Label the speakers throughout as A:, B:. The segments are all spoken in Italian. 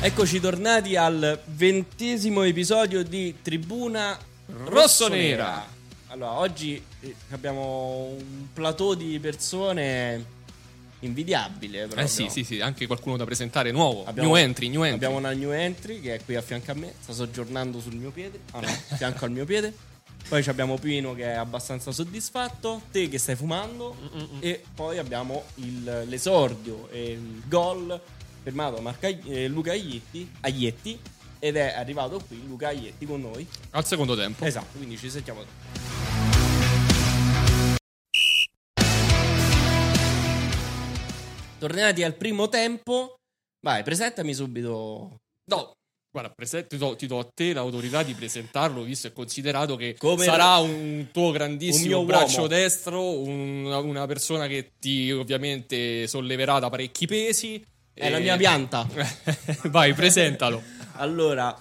A: Eccoci tornati al ventesimo episodio di Tribuna Rossonera. Allora, oggi eh, abbiamo un plateau di persone invidiabile. Proprio.
B: Eh sì, sì, sì, anche qualcuno da presentare nuovo.
A: Abbiamo-
B: new entry, new entry.
A: Abbiamo una new entry che è qui a fianco a me, sta soggiornando sul mio piede, ah no, a fianco al mio piede. Poi ci abbiamo Pino che è abbastanza soddisfatto, te che stai fumando e poi abbiamo il- l'esordio e il gol fermato da Marca- eh, Luca Aglietti, Aglietti ed è arrivato qui Luca Aglietti con noi.
B: Al secondo tempo.
A: Esatto, quindi ci sentiamo. Tornati al primo tempo. Vai, presentami subito
B: No. Guarda, prese- ti, do, ti do a te l'autorità di presentarlo, visto e considerato che
A: Come-
B: sarà un tuo
A: Un
B: grandissimo
A: mio
B: braccio
A: uomo.
B: destro, un- una, una persona che ti ovviamente solleverà da parecchi pesi.
A: È
B: e-
A: la mia pianta.
B: Vai, presentalo.
A: Allora,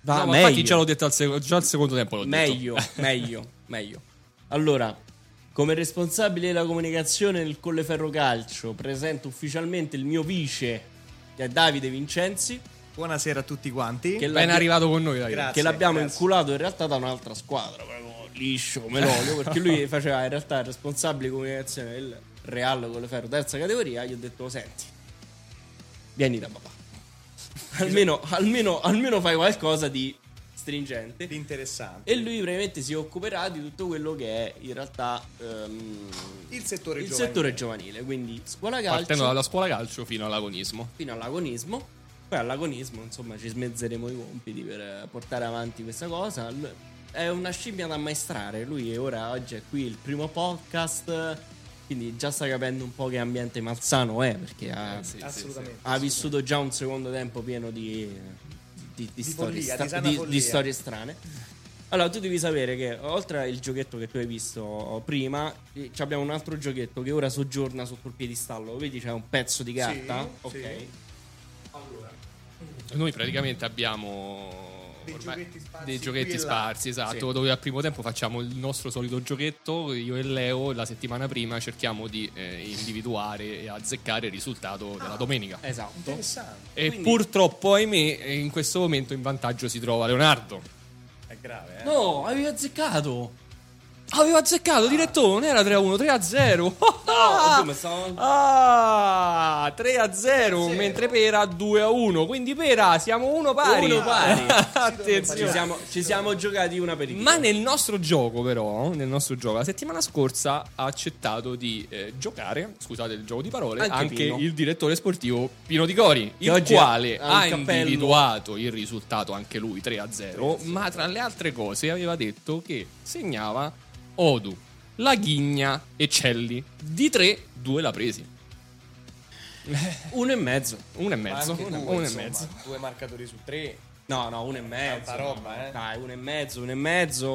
A: va
B: No, ma infatti
A: meglio,
B: già l'ho detto al, sec- già al secondo tempo. L'ho
A: meglio, meglio, meglio. Allora, come responsabile della comunicazione del Colleferro Calcio, presento ufficialmente il mio vice, che è Davide Vincenzi,
C: Buonasera a tutti quanti.
A: che,
B: detto. Ben
A: l'abbi-
B: arrivato con noi, dai.
C: Grazie.
A: che l'abbiamo
C: Ah, grazie.
A: inculato in realtà da un'altra squadra, proprio liscio come l'olio, perché lui faceva in realtà il responsabile comunicazione del Real Colleferro terza categoria, gli ho detto, senti, vieni da papà. almeno, almeno, almeno fai qualcosa di stringente.
C: Interessante.
A: E lui praticamente si occuperà di tutto quello che è in realtà ehm,
C: Il settore
A: il
C: giovanile.
A: settore giovanile, quindi scuola
B: Partendo
A: calcio
B: dalla scuola calcio fino all'agonismo.
A: fino all'agonismo. Poi all'agonismo, insomma, ci smezzeremo i compiti per eh, portare avanti questa cosa. L- È una scimmia da ammaestrare. Lui è ora oggi è qui il primo podcast. eh, Quindi già sta capendo un po' che ambiente malsano è, perché ha,
B: Eh, sì, sì,
C: Assolutamente.
A: ha vissuto già un secondo tempo pieno di, di- di storie,
C: follia,
A: stra-
C: di sana
A: di- di
C: follia.
A: storie strane. Allora, tu devi sapere che oltre al giochetto che tu hai visto prima, eh, ci abbiamo un altro giochetto che ora soggiorna sotto il piedistallo. Vedi, c'è un pezzo di carta. ok.
C: sì.
B: Noi praticamente abbiamo
C: Dei giochetti sparsi
B: dei giochetti
C: qui e là.
B: sparsi, esatto,
A: Sì.
B: dove al primo tempo facciamo il nostro solito giochetto, io e Leo la settimana prima cerchiamo di eh, individuare e azzeccare il risultato della domenica.
A: Esatto.
C: Interessante.
B: E
A: quindi-
B: purtroppo, ahimè, in questo momento in vantaggio si trova Leonardo.
C: È grave, eh?
A: No, avevi azzeccato.
B: Avevo azzeccato, direttore, non era 3-1, 3-0.
A: oddio, ma stavo-
B: Ah, 3-0, mentre Pera 2-1. Quindi Pera siamo uno pari.
A: Uno pari. Ci
B: Attenzione.
A: siamo, ci siamo giocati una per
B: Ma nel nostro gioco, però, nel nostro gioco, la settimana scorsa ha accettato di eh, giocare, scusate il gioco di parole,
A: Anche
B: anche,
A: Pino.
B: il direttore sportivo Pino Di Cori,
A: Che
B: il
A: oggi
B: quale
A: ha un
B: ha,
A: cappello.
B: individuato il risultato anche lui 3-0, ma tra le altre cose aveva detto che segnava Odu, Laghigna e Celli. Di 3, 2 l'ha presi.
A: Uno e mezzo.
B: Uno e mezzo,
C: Anche
B: uno,
C: due,
B: uno e
C: insomma,
B: mezzo.
C: Due marcatori su
A: Eh.
C: tre.
A: No, no, uno e mezzo.
C: Tanta roba, eh.
A: Dai, uno e mezzo, uno e mezzo,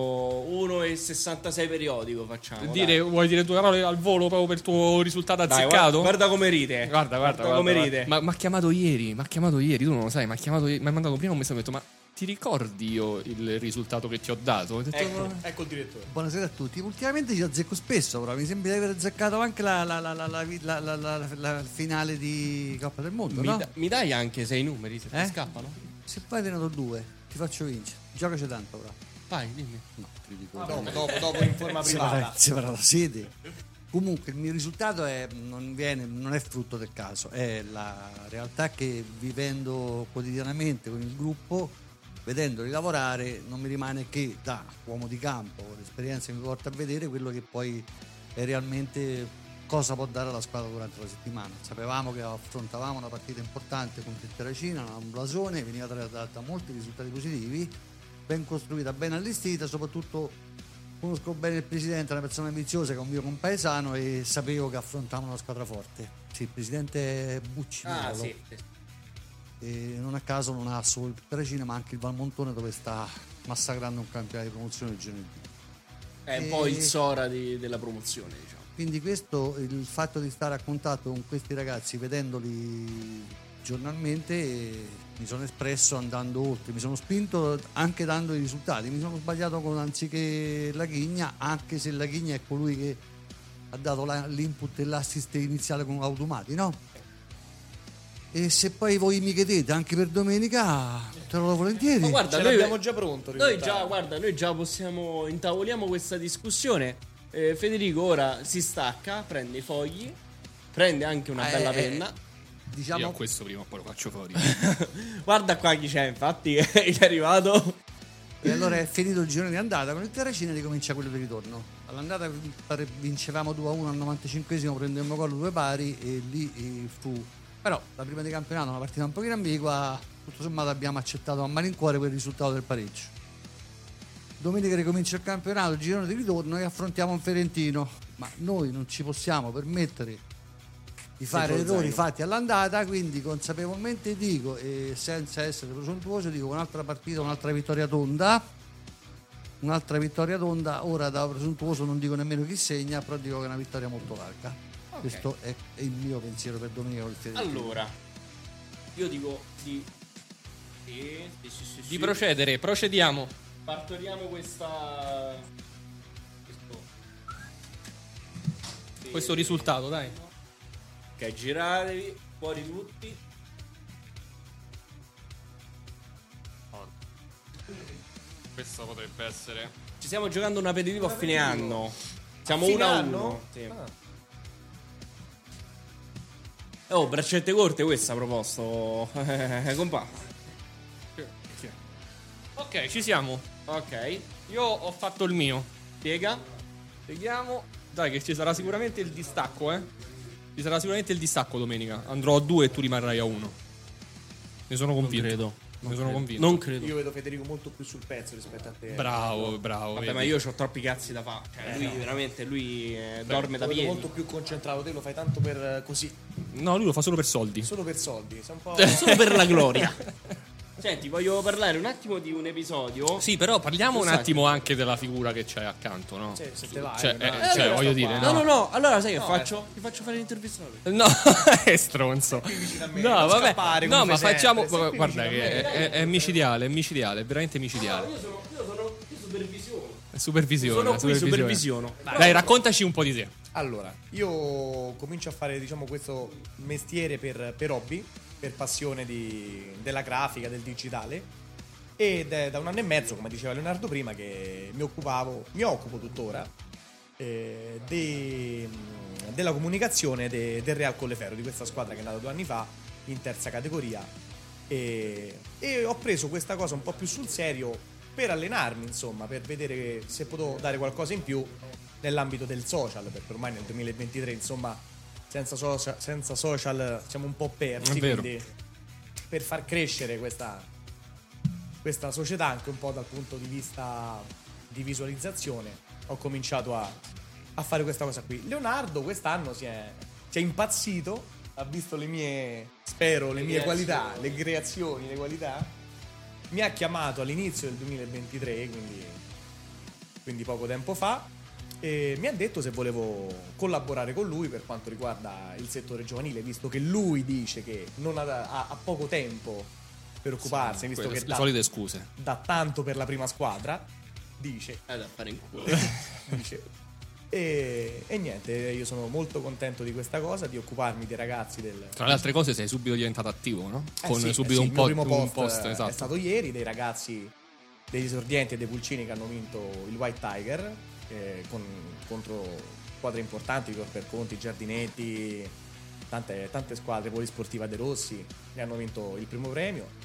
A: uno e 66 periodico facciamo. dai.
B: Dire- vuoi dire due parole al volo proprio per il tuo risultato
A: Dai,
B: azzeccato?
A: guarda, guarda come ride.
B: Guarda, guarda, guarda,
A: come
B: guarda.
A: ride.
B: Ma mi ha chiamato ieri, mi ha chiamato ieri, tu non lo sai, mi ha chiamato ieri, mi ha mandato prima un messaggio, mi ha detto, ma ti ricordi io il risultato che ti ho dato? Ho detto,
C: Ecco,
B: "Ma-
C: ecco il direttore.
D: Buonasera a tutti. Ultimamente ci azzecco spesso, però mi sembra di aver azzeccato anche la, la- la- la- la- la- la- la- la finale di Coppa del Mondo,
A: mi,
D: no?
A: da- mi dai anche sei numeri se ti
D: Eh?
A: scappano?
D: Se poi te ne do due, ti faccio vincere. Giocaci tanto, però.
A: Vai, dimmi.
D: No, ti dico.
C: Dopo, dopo, dopo in forma privata.
D: Separa la sede. Comunque il mio risultato è- non, viene- non è frutto del caso, è la realtà che vivendo quotidianamente con il gruppo, vedendoli lavorare, non mi rimane che da uomo di campo, l'esperienza che mi porta a vedere quello che poi è realmente cosa può dare alla squadra durante la settimana. Sapevamo che affrontavamo una partita importante contro il Terracina, un blasone, veniva data da molti risultati positivi, ben costruita, ben allestita, soprattutto Conosco bene il presidente, è una persona ambiziosa che è un mio compaesano e sapevo che affrontavamo una squadra forte. Sì, il presidente Bucci.
A: Ah,
D: Mirolo.
A: sì.
D: E non a caso non ha solo il Terracina ma anche il Valmontone dove sta massacrando un campionato di promozione il giovedì.
A: È un po' il
D: Eh.
A: Sora di- della promozione, diciamo.
D: Quindi questo, il fatto di stare a contatto con questi ragazzi, vedendoli giornalmente, eh, mi sono espresso andando oltre, mi sono spinto anche dando i risultati, mi sono sbagliato con anziché Laghigna, anche se Laghigna è colui che ha dato la- l'input e l'assist iniziale con Automati, no? E E se poi voi mi chiedete anche per domenica, te lo do volentieri.
A: Ma guarda,
C: Ce
A: noi,
C: l'abbiamo già pronto. il
A: noi
C: risultato.
A: già, guarda, noi già possiamo intavoliamo questa discussione. Eh, Federico ora si stacca, prende i fogli, prende anche una
D: Eh,
A: bella
D: eh,
A: penna.
B: Io
D: Diciamo,
B: questo prima o poi lo faccio fuori.
A: Guarda qua chi c'è, infatti, che è arrivato.
D: e allora è finito il girone di andata, con il Terracina ricomincia quello di ritorno. All'andata pare- vincevamo 2-1 al 95esimo, prendemmo gol due pari e lì eh, fu... Però la prima di campionato, una partita un pochino ambigua, tutto sommato abbiamo accettato a malincuore quel risultato del pareggio. Domenica ricomincia il campionato, il girone di ritorno e affrontiamo un Ferentino. Ma noi non ci possiamo permettere di
A: Dietro
D: fare
A: lo
D: errori
A: zaino.
D: fatti all'andata, quindi consapevolmente dico, e senza essere presuntuoso, dico un'altra partita, un'altra vittoria tonda. Un'altra vittoria tonda, ora da presuntuoso non dico nemmeno chi segna, però dico che è una vittoria molto larga. Questo è, è il mio pensiero per domenica col Fiorentino.
A: Allora, io dico di. Sì, sì, sì, sì,
B: Di
A: sì.
B: procedere, procediamo.
A: Partoriamo questa. questo- Sì.
B: Questo risultato, dai.
A: Ok, giratevi, fuori tutti.
B: Questo potrebbe essere.
A: Ci stiamo giocando un aperitivo a fine anno. Siamo
C: fine
A: 1 a
C: anno? Ah.
A: 1. Oh, braccette corte questa proposto. Compà.
B: Ok, ci siamo.
A: Ok,
B: Io ho fatto il mio.
A: spiega.
B: Vediamo. Dai, che ci sarà sicuramente il distacco, eh. Ci sarà sicuramente il distacco domenica. Andrò a due e tu rimarrai a uno. Ne sono convinto.
A: credo.
B: Ne sono convinto.
A: Non credo.
C: Io vedo Federico molto più sul pezzo rispetto a te.
B: Bravo, bravo.
A: Vabbè,
B: vedi. Eh,
A: ma io ho troppi cazzi da fare. Cioè, lui veramente lui eh, dorme
C: Te
A: da
C: lo vedo
A: piedi.
C: molto più concentrato, te lo fai tanto per eh, così,
B: No, lui lo fa solo per soldi.
C: solo per soldi. Sei un po'.
A: Solo per la gloria. Senti, voglio parlare un attimo di un episodio.
B: Sì, però parliamo un
A: Esatto.
B: attimo anche della figura che c'è accanto, no?
C: Cioè, se te vai,
B: Cioè,
C: no?
B: eh,
C: Eh,
B: cioè,
C: allora
B: voglio
C: sto
B: dire, eh.
C: qua.
A: No, no, no. Allora, sai che
C: No,
A: faccio? Ti faccio fare l'intervista. a lui.
B: No, è stronzo.
C: da me,
B: No,
C: non
B: vabbè.
C: scappare
B: No,
C: come
B: ma
C: fai
B: facciamo.
C: sempre, sei qui
B: Guarda,
C: vicino
B: che è, è- è micidiale, è micidiale, è veramente micidiale.
A: Io sono, io sono, io supervisiono.
B: È supervisione.
A: Sono qui,
B: supervisione.
A: supervisiono.
B: Dai, raccontaci un po' di te.
C: Allora, io comincio a fare diciamo questo mestiere per, per hobby, per passione di- della grafica, del digitale. Ed è da un anno e mezzo, come diceva Leonardo prima, che mi occupavo, mi occupo tuttora eh, de- della comunicazione de- del Real Colleferro, di questa squadra che è nata due anni fa in terza categoria. E, e ho preso questa cosa un po' più sul serio per allenarmi, insomma, per vedere se potevo dare qualcosa in più nell'ambito del social, perché ormai nel 2023, insomma, senza, socia- senza social siamo un po' persi,
B: È vero.
C: quindi per far crescere questa, questa società anche un po' dal punto di vista di visualizzazione ho cominciato a, a fare questa cosa qui Leonardo quest'anno si è, si è impazzito ha visto le mie spero le mie qualità le creazioni le qualità mi ha chiamato all'inizio del 2023 quindi, quindi poco tempo fa e mi ha detto se volevo collaborare con lui per quanto riguarda il settore giovanile visto che lui dice che non ha, ha- ha poco tempo per occuparsi visto
B: Quelle-
C: che
B: le
C: da-
B: solite scuse.
C: da tanto per la prima squadra, dice.
A: Eh, da fare in culo.
C: dice. E, e niente, io sono molto contento di questa cosa, di occuparmi dei ragazzi del...
B: Tra le altre cose, sei subito diventato attivo, no?
C: Eh
B: Con
C: sì,
B: subito
C: eh
B: un,
C: sì, il mio
B: po-
C: primo
B: un
C: post
B: post.
C: eh,
B: esatto.
C: è stato ieri, dei ragazzi degli esordienti e dei pulcini che hanno vinto il White Tiger eh, con- contro squadre importanti, Tor per Conti, Giardinetti, tante, tante squadre, Polisportiva De Rossi, ne hanno vinto il primo premio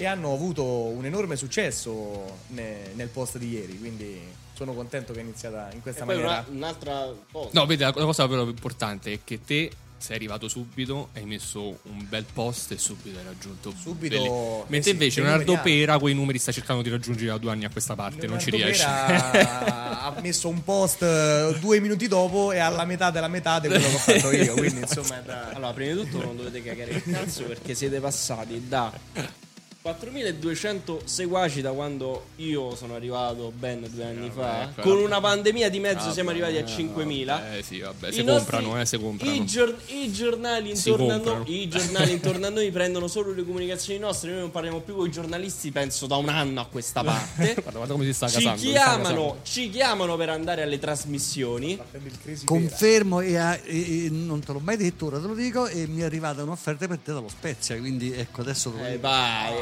C: e hanno avuto un enorme successo ne- nel post di ieri, quindi sono contento che è iniziata in
A: E
C: questa
A: poi
C: maniera.
A: una- un'altra cosa.
B: No, vedi, la la cosa però importante è che te sei arrivato subito, hai messo un bel post e subito hai raggiunto
C: Subito,
B: delle-
C: eh
B: Mentre
C: sì,
B: invece
C: dei
B: Leonardo
C: numeri alti.
B: Pera quei numeri sta cercando di raggiungere da due anni a questa parte, non ci
C: Leonardo
B: riesce.
C: Pera ha messo un post eh, due minuti dopo e alla metà della metà di quello che ho fatto io. Quindi, insomma, è da-
A: Allora, prima di tutto non dovete cagare il cazzo perché siete passati da 4200 seguaci da quando io sono arrivato ben due anni fa.
B: ecco,
A: con
B: vabbè.
A: una pandemia di mezzo
B: Vabbè,
A: siamo arrivati a
B: eh,
A: 5000.
B: vabbè, sì, vabbè,
A: I
B: se
A: nostri-
B: comprano, eh, se comprano.
A: I, gior- i giornali
B: Si
A: intorno a
B: comprano.
A: noi, i giornali intorno a noi prendono solo le comunicazioni nostre. Noi non parliamo più con i giornalisti, penso, da un anno a questa parte.
B: Guarda, guarda come si sta
A: ci,
B: casando. si sta
A: chiamano,
B: casando.
A: ci chiamano per andare alle trasmissioni.
C: Prendo il crisi vera.
D: Confermo e, a- e- e non te l'ho mai detto, ora te lo dico e mi è arrivata un'offerta per te dallo Spezia, quindi ecco adesso dovevo-
A: Eh, vai.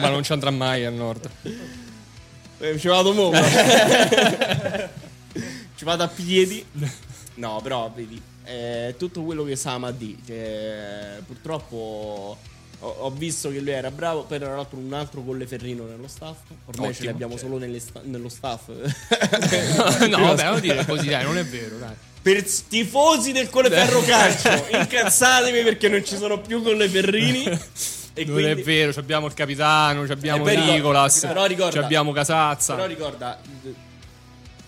B: Ma non ci andrà mai al nord.
A: Eh, Ci vado mo. Ci vado a piedi. No, però vedi, eh, tutto quello che sa Amadì, che purtroppo ho, ho visto che lui era bravo, poi tra l'altro un altro colleferrino nello staff, ormai ce li
B: Ottimo,
A: abbiamo
B: cioè.
A: solo nelle sta- nello staff.
B: no, vabbè, non dire così, dai, non è vero, dai.
A: per s- tifosi del colleferro calcio, incazzatevi perché non ci sono più colleferrini. E
B: non
A: quindi-
B: è vero, ci abbiamo il capitano, ci abbiamo
A: Eh, però-
B: Nicolas,
A: però ricorda-
B: ci abbiamo Casazza.
A: Però ricorda, d-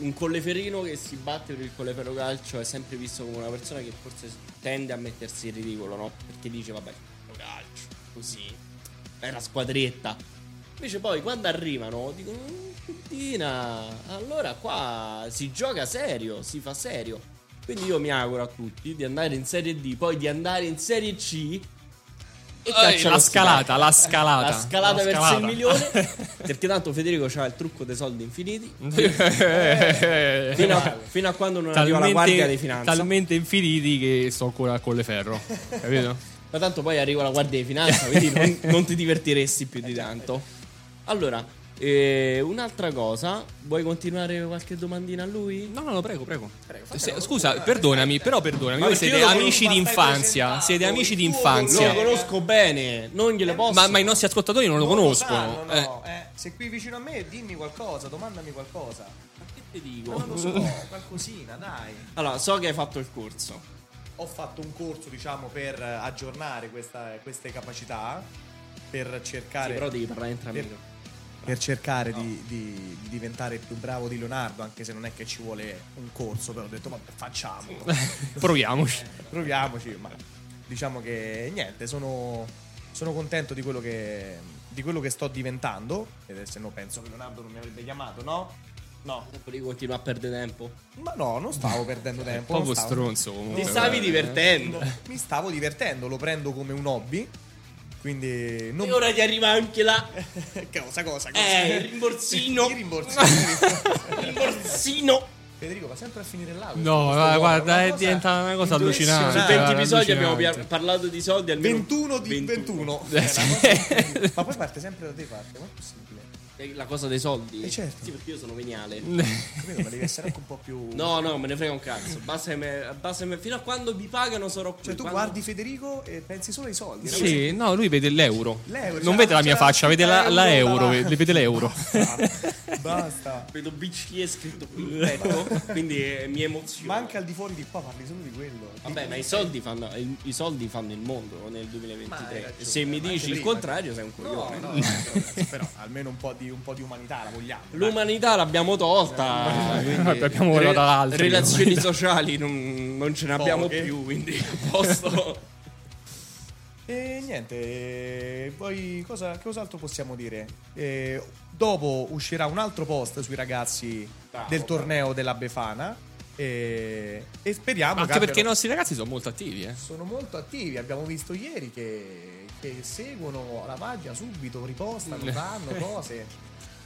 A: un colleferino che si batte per il colleferro calcio è sempre visto come una persona che forse tende a mettersi in ridicolo, no? Perché dice, vabbè, lo calcio, così, era squadretta. Invece poi quando arrivano dicono, "Mm, Fettina, allora qua si gioca serio, si fa serio. Quindi io mi auguro a tutti di andare in Serie D, poi di andare in Serie C. E
B: Eh,
A: calciare
B: la
A: lo
B: scalata,
A: scudetto.
B: la scalata.
A: La scalata
B: La
A: verso
B: scalata.
A: il milione. perché tanto Federico c'ha il trucco dei soldi infiniti.
B: Mm.
A: Fino a, fino a quando non arriva la guardia di finanza.
B: Eh, talmente infiniti che sto ancora a Colleferro, capito?
A: Ma tanto poi arriva la guardia di finanza, quindi non, non ti divertiresti più di tanto. Allora, eh, un'altra cosa. Vuoi continuare qualche domandina a lui?
B: No, no, no, prego, prego. Se- scusa, perdonami, però perdonami, voi
A: perché
B: siete
A: io lo
B: amici
C: conosco,
B: d'infanzia,
C: stai
B: siete
C: presentando
B: amici
C: il tuo
A: Lo
B: d'infanzia.
C: blog.
A: conosco bene, non gliele posso.
B: Ma, ma i nostri ascoltatori non lo conoscono.
C: sanno,
B: eh.
C: no, eh. Sei qui vicino a me, dimmi qualcosa, domandami qualcosa.
A: Ma che ti dico?
C: Ma non lo so, qualcosina, dai.
A: Allora, so che hai fatto il corso.
C: Ho fatto un corso, diciamo, per aggiornare questa- queste capacità, per cercare...
A: Sì, però devi parlare in
C: per,
A: tramite.
C: per cercare di, di- di diventare più bravo di Leonardo, anche se non è che ci vuole un corso, però ho detto, vabbè, facciamolo.
B: Proviamoci.
C: Proviamoci, ma diciamo che niente, sono, sono contento di quello, che, di quello che sto diventando. Ed se no penso che Leonardo non mi avrebbe chiamato, no? No.
A: Devi continuare a perdere tempo.
C: Ma no, non stavo perdendo tempo.
B: Poco
C: non stavo-
B: stronzo comunque.
A: Ti stavi
B: eh.
A: divertendo.
C: Mi stavo divertendo, lo prendo come un hobby. Quindi non...
A: E ora ti arriva anche la
C: cosa, cosa, cosa?
A: Eh, il rimborsino.
C: Il rimborsino.
A: il borsino.
C: Federico va sempre a finire là. questo-
B: No,
C: questo
B: guarda,
C: uomo,
B: guarda,
C: una
B: è
C: cosa
B: diventata una cosa allucinante.
A: Su
C: impressionante.
A: 20
B: guarda,
A: episodi abbiamo
B: allucinante.
A: pi- parlato di soldi almeno
C: 21 di 21.
B: Eh,
C: Cioè, una cosa incredibile. Ma poi parte sempre da te parte, ma è possibile?
A: Eh, La cosa dei soldi?
C: Eh, certo.
A: Sì, perché io sono veniale.
C: Capito? Ma devi essere anche un po' più.
A: No, no, me ne frega un cazzo. Basta che me- basta che me- fino a quando mi pagano sarò qui.
C: Cioè, tu
A: Quando-
C: guardi Federico e pensi solo ai soldi. no?
B: Sì, no, lui vede l'euro.
C: L'euro,
B: non
C: c'era-
B: vede la mia
C: c'era
B: faccia, vede la, la
C: euro
B: euro.
C: davanti.
B: Vede, vede l'euro.
C: Basta. Basta.
A: Vedo BCE scritto qui in petto, quindi eh, mi emoziona.
C: Ma anche al di fuori di qua parli solo di quello.
A: Vabbè, Ah, ma i soldi fanno il, i soldi fanno il mondo nel 2023.
C: ragione,
A: Se mi
C: ma anche
A: dici il
C: prima.
A: contrario sei un coglione.
C: No, no, no, ragazzi, però almeno un po' di, un po' di umanità la vogliamo. dai.
A: L'umanità l'abbiamo tolta. eh, quindi
B: Abbiamo volato l'altro.
A: Relazioni sociali non, non ce ne abbiamo
C: Poche.
A: più, quindi a posto.
C: E niente, eh, poi cosa, che cos'altro possiamo dire? Eh, dopo uscirà un altro post sui ragazzi
A: Bravo,
C: del torneo della Befana. eh, e speriamo
B: Ma
C: che
B: Anche perché i
C: abbiano-
B: nostri ragazzi sono molto attivi, eh.
C: sono molto attivi. Abbiamo visto ieri che, che seguono la pagina subito,
A: Mm.
C: ripostano, fanno cose.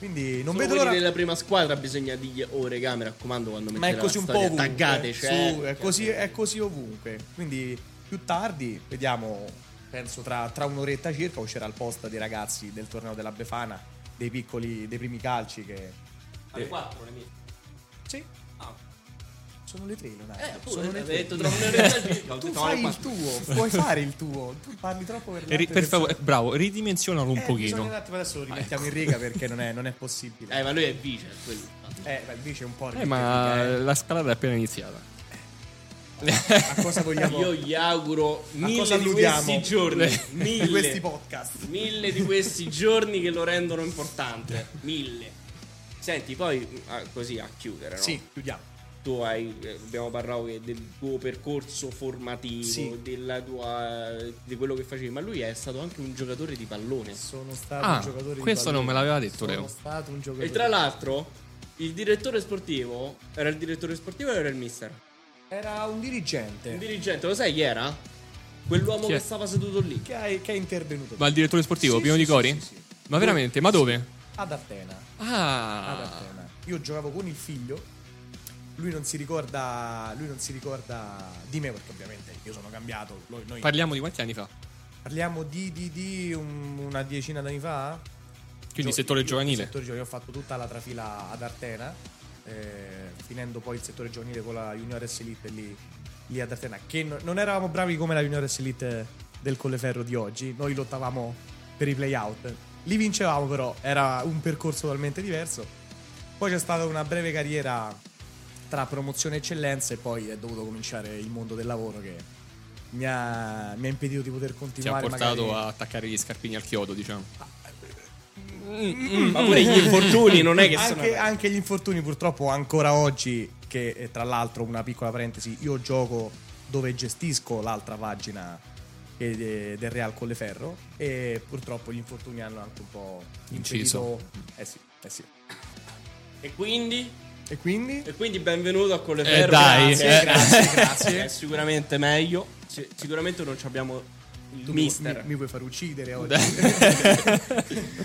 C: Quindi
A: Non
C: non vedo l'ora.
A: Nella prima squadra bisogna dirgli, oh regà, mi raccomando, quando
C: Ma
A: mettete
C: è così
A: la
C: un po'
A: storia,
C: ovunque.
A: taggate, cioè.
C: Su, è, così, è così ovunque. Quindi più tardi, vediamo, penso tra, tra un'oretta circa, uscirà il post dei ragazzi del torneo della Befana, dei piccoli, dei primi calci che...
A: Alle 4 le mie.
C: Sì,
A: Ah,
C: sono le tre, Leonardo.
A: eh,
C: sono
A: appunto,
C: le
A: hai
C: tre.
A: detto tra un'ora e mezza,
C: Tu
A: tu
C: fai
A: qua.
C: il tuo, puoi fare il tuo. Tu parli troppo per le
B: E ri-
C: altre
B: per favore,
C: persone.
B: bravo, ridimensionalo un
C: Eh, bisogna un
B: pochino. Ecco.
C: attimo adesso lo rimettiamo in riga perché non è, non è possibile.
A: Eh, ma lui è vice, è quello.
C: Eh, beh, invece è un po'
B: Eh, ma la scalata è appena iniziata.
C: A cosa vogliamo?
A: Io gli auguro
C: cosa
A: mille di
C: alludiamo?
A: questi giorni,
C: di questi
A: mille,
C: podcast.
A: mille di questi giorni che lo rendono importante, mille. Senti, poi ah, così a chiudere, no?
C: Sì, chiudiamo.
A: tu hai, eh, abbiamo parlato che del tuo percorso formativo,
C: Sì.
A: della tua, di quello che facevi, ma lui è stato anche un giocatore di pallone.
C: Sono stato
B: Ah,
C: un giocatore di
B: questo non
C: pallone.
B: me l'aveva detto
C: Sono
B: Leo.
C: stato un giocatore.
A: E tra l'altro, il direttore sportivo era il direttore sportivo o era il mister?
C: Era un dirigente
A: Il dirigente, lo sai chi era? Quell'uomo
B: Chi è?
A: che stava seduto lì.
C: che, ha- che è intervenuto.
B: Ma il direttore sportivo,
C: Sì,
B: Pino
C: sì,
B: Di
C: sì,
B: Cori?
C: sì, sì.
B: Ma veramente? Ma dove?
C: Ad Atena. ad
B: Ah,
C: Atena. Io giocavo con il figlio. Lui non si ricorda. Lui non si ricorda di me, perché ovviamente io sono cambiato. Noi, noi
B: parliamo di quanti anni fa?
C: parliamo di, di, di un- una decina d'anni fa.
B: Quindi
C: Gio-
B: settore
C: io-
B: giovanile.
C: Settore giovanile, ho fatto tutta la trafila ad Artena, eh, finendo poi il settore giovanile con la Juniores Elite lì, lì ad Artena, che no- non eravamo bravi come la Juniores Elite del Colleferro di oggi, noi lottavamo per i playout, li vincevamo però, era un percorso totalmente diverso. Poi c'è stata una breve carriera tra promozione e eccellenza e poi è dovuto cominciare il mondo del lavoro che mi ha, mi ha impedito di poter
B: Ti ha
C: continuare.
B: portato
C: magari-
B: a attaccare gli scarpini al chiodo, diciamo.
A: Ma pure gli infortuni non è che sono.
C: Mm. anche, anche gli infortuni purtroppo ancora oggi che eh, tra l'altro una piccola parentesi io gioco dove gestisco l'altra pagina eh, de- del Real Colleferro e purtroppo gli infortuni hanno anche un po'
B: Inciso.
C: impedito- eh sì, eh sì.
A: E quindi?
C: e quindi
A: E quindi benvenuto a
B: Eh,
A: Colleferro.
B: dai,
A: grazie,
B: eh.
A: grazie, grazie. È sicuramente meglio. Sì, sicuramente non ci abbiamo il
C: tu mi-
A: mister.
C: mi, mi vuoi far uccidere oggi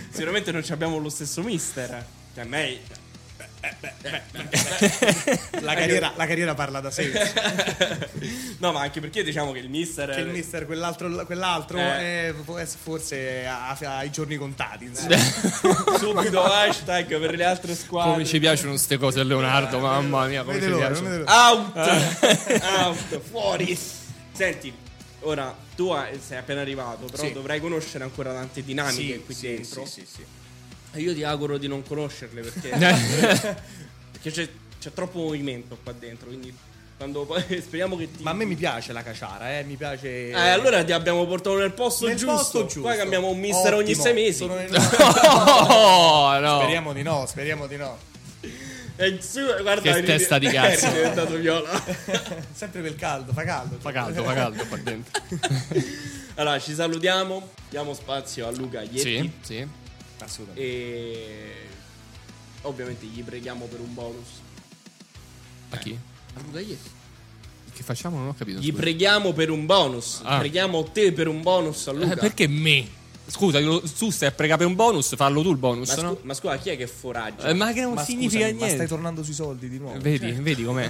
A: Sicuramente non ci abbiamo lo stesso mister. Cioè, me.
C: la, carriera, la carriera parla da sé che
A: No, ma anche perché diciamo che il
B: Cioè,
A: mister.
C: il mister quell'altro, quell'altro
A: Eh.
C: eh, fo- forse ha, ha i giorni contati insomma.
B: Eh,
A: Subito hashtag per le altre squadre.
B: Come ci piacciono queste cose a Leonardo, mamma mia, come
C: Vede
B: ci
C: Eh, l'ora,
B: piacciono.
C: vede l'ora.
A: Out!
B: Ah.
A: Out! Fuori! Senti, ora tu hai- sei appena arrivato, però
C: Sì.
A: dovrai conoscere ancora tante
B: Ah,
A: dinamiche
C: Sì,
A: qui
C: sì,
A: dentro.
C: sì, sì, sì.
A: E Io ti auguro di non conoscerle perché, perché c'è, c'è troppo movimento qua dentro. Quindi quando poi speriamo che ti.
C: Ma a me mi piace la caciara, eh, mi piace.
A: Eh, allora ti abbiamo portato nel posto,
C: Nel
A: giusto.
C: posto giusto.
A: Poi cambiamo un mister ogni
C: Ottimo.
A: sei mesi.
C: Sono nel-
B: Oh, no.
C: Speriamo di no, speriamo di no.
A: E su- guarda,
B: Che
A: è div-
B: testa di cazzo.
A: È diventato viola.
C: Sempre per il caldo, fa caldo.
B: Fa caldo, fa caldo qua dentro.
A: allora, ci salutiamo. Diamo spazio a Luca Ietti.
B: Sì, sì.
C: Assolutamente.
A: E ovviamente gli preghiamo per un bonus.
C: Eh.
B: A chi? Che facciamo? Non ho capito.
A: Gli
B: scusa.
A: preghiamo per un bonus.
B: Ah.
A: Preghiamo te per un bonus a Luca.
B: Eh, perché me? Scusa, lo- tu stai a pregare per un bonus, fallo tu il bonus,
A: Ma, scu-
B: no?
A: ma scusa, chi è che foraggia?
B: Eh, ma che non
C: Ma
B: significa
C: scusami, ma
B: niente.
C: stai tornando sui soldi di nuovo.
B: Vedi, vedi com'è.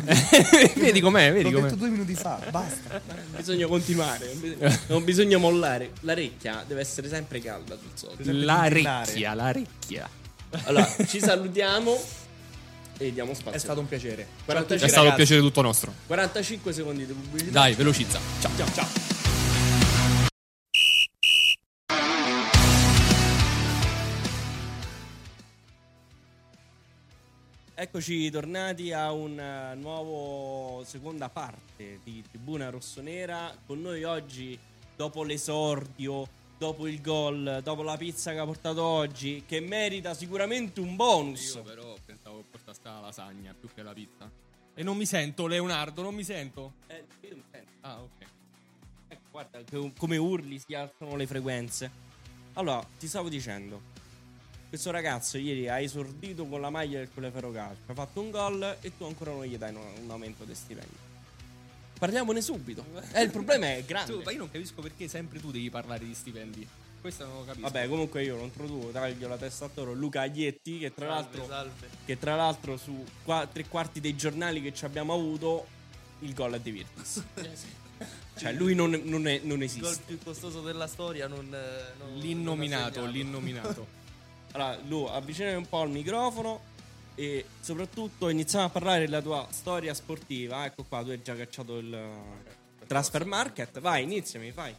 B: vedi com'è, vedi
C: L'ho
B: com'è.
C: detto due minuti fa, basta.
A: Bisogna continuare, non bisogna- non bisogna mollare. La recchia deve essere sempre calda sul soldo.
C: sempre
B: La
C: indignare.
B: ricchia, la ricchia.
A: Allora, ci salutiamo e diamo spazio.
C: È stato un piacere. Ciao a tutti,
A: 45
B: È stato un
C: ragazzi.
B: piacere tutto nostro.
A: 45 secondi di pubblicità.
B: Dai, velocizza. Ciao.
A: Ciao, ciao. Eccoci tornati a una nuova seconda parte di Tribuna Rossonera. Con noi oggi, dopo l'esordio, dopo il gol, dopo la pizza che ha portato oggi, che merita sicuramente un bonus.
B: però pensavo portassi la lasagna più che la pizza. E non mi sento, Leonardo, non mi sento.
A: Eh, io mi sento.
B: Ah, ok.
A: Ecco, guarda che- come urli si alzano le frequenze. Allora, ti stavo dicendo, questo ragazzo ieri ha esordito con la maglia del Colleferro Calcio, ha fatto un gol e tu ancora non gli dai un, un aumento di stipendio. Parliamone subito. Eh, il problema è
B: Ah, Tu, ma
A: grande.
B: io non capisco perché sempre tu devi parlare di stipendi. Questo non lo capisco.
A: Vabbè, comunque io lo introduco, taglio la testa a toro Luca Aglietti, che tra l'altro
D: salve.
A: che tra l'altro su qua- tre quarti dei giornali che ci abbiamo avuto il gol è di Virtus. cioè lui non, non è- non
E: Il gol
A: esiste.
E: più costoso della storia non, eh, non
B: L'innominato,
E: non ha segnato.
B: l'innominato.
A: Allora, Lu, avvicinati un po' al microfono e soprattutto iniziamo a parlare della tua storia sportiva. Ecco qua, tu hai già cacciato il eh, transfer market. Vai, iniziami, fai.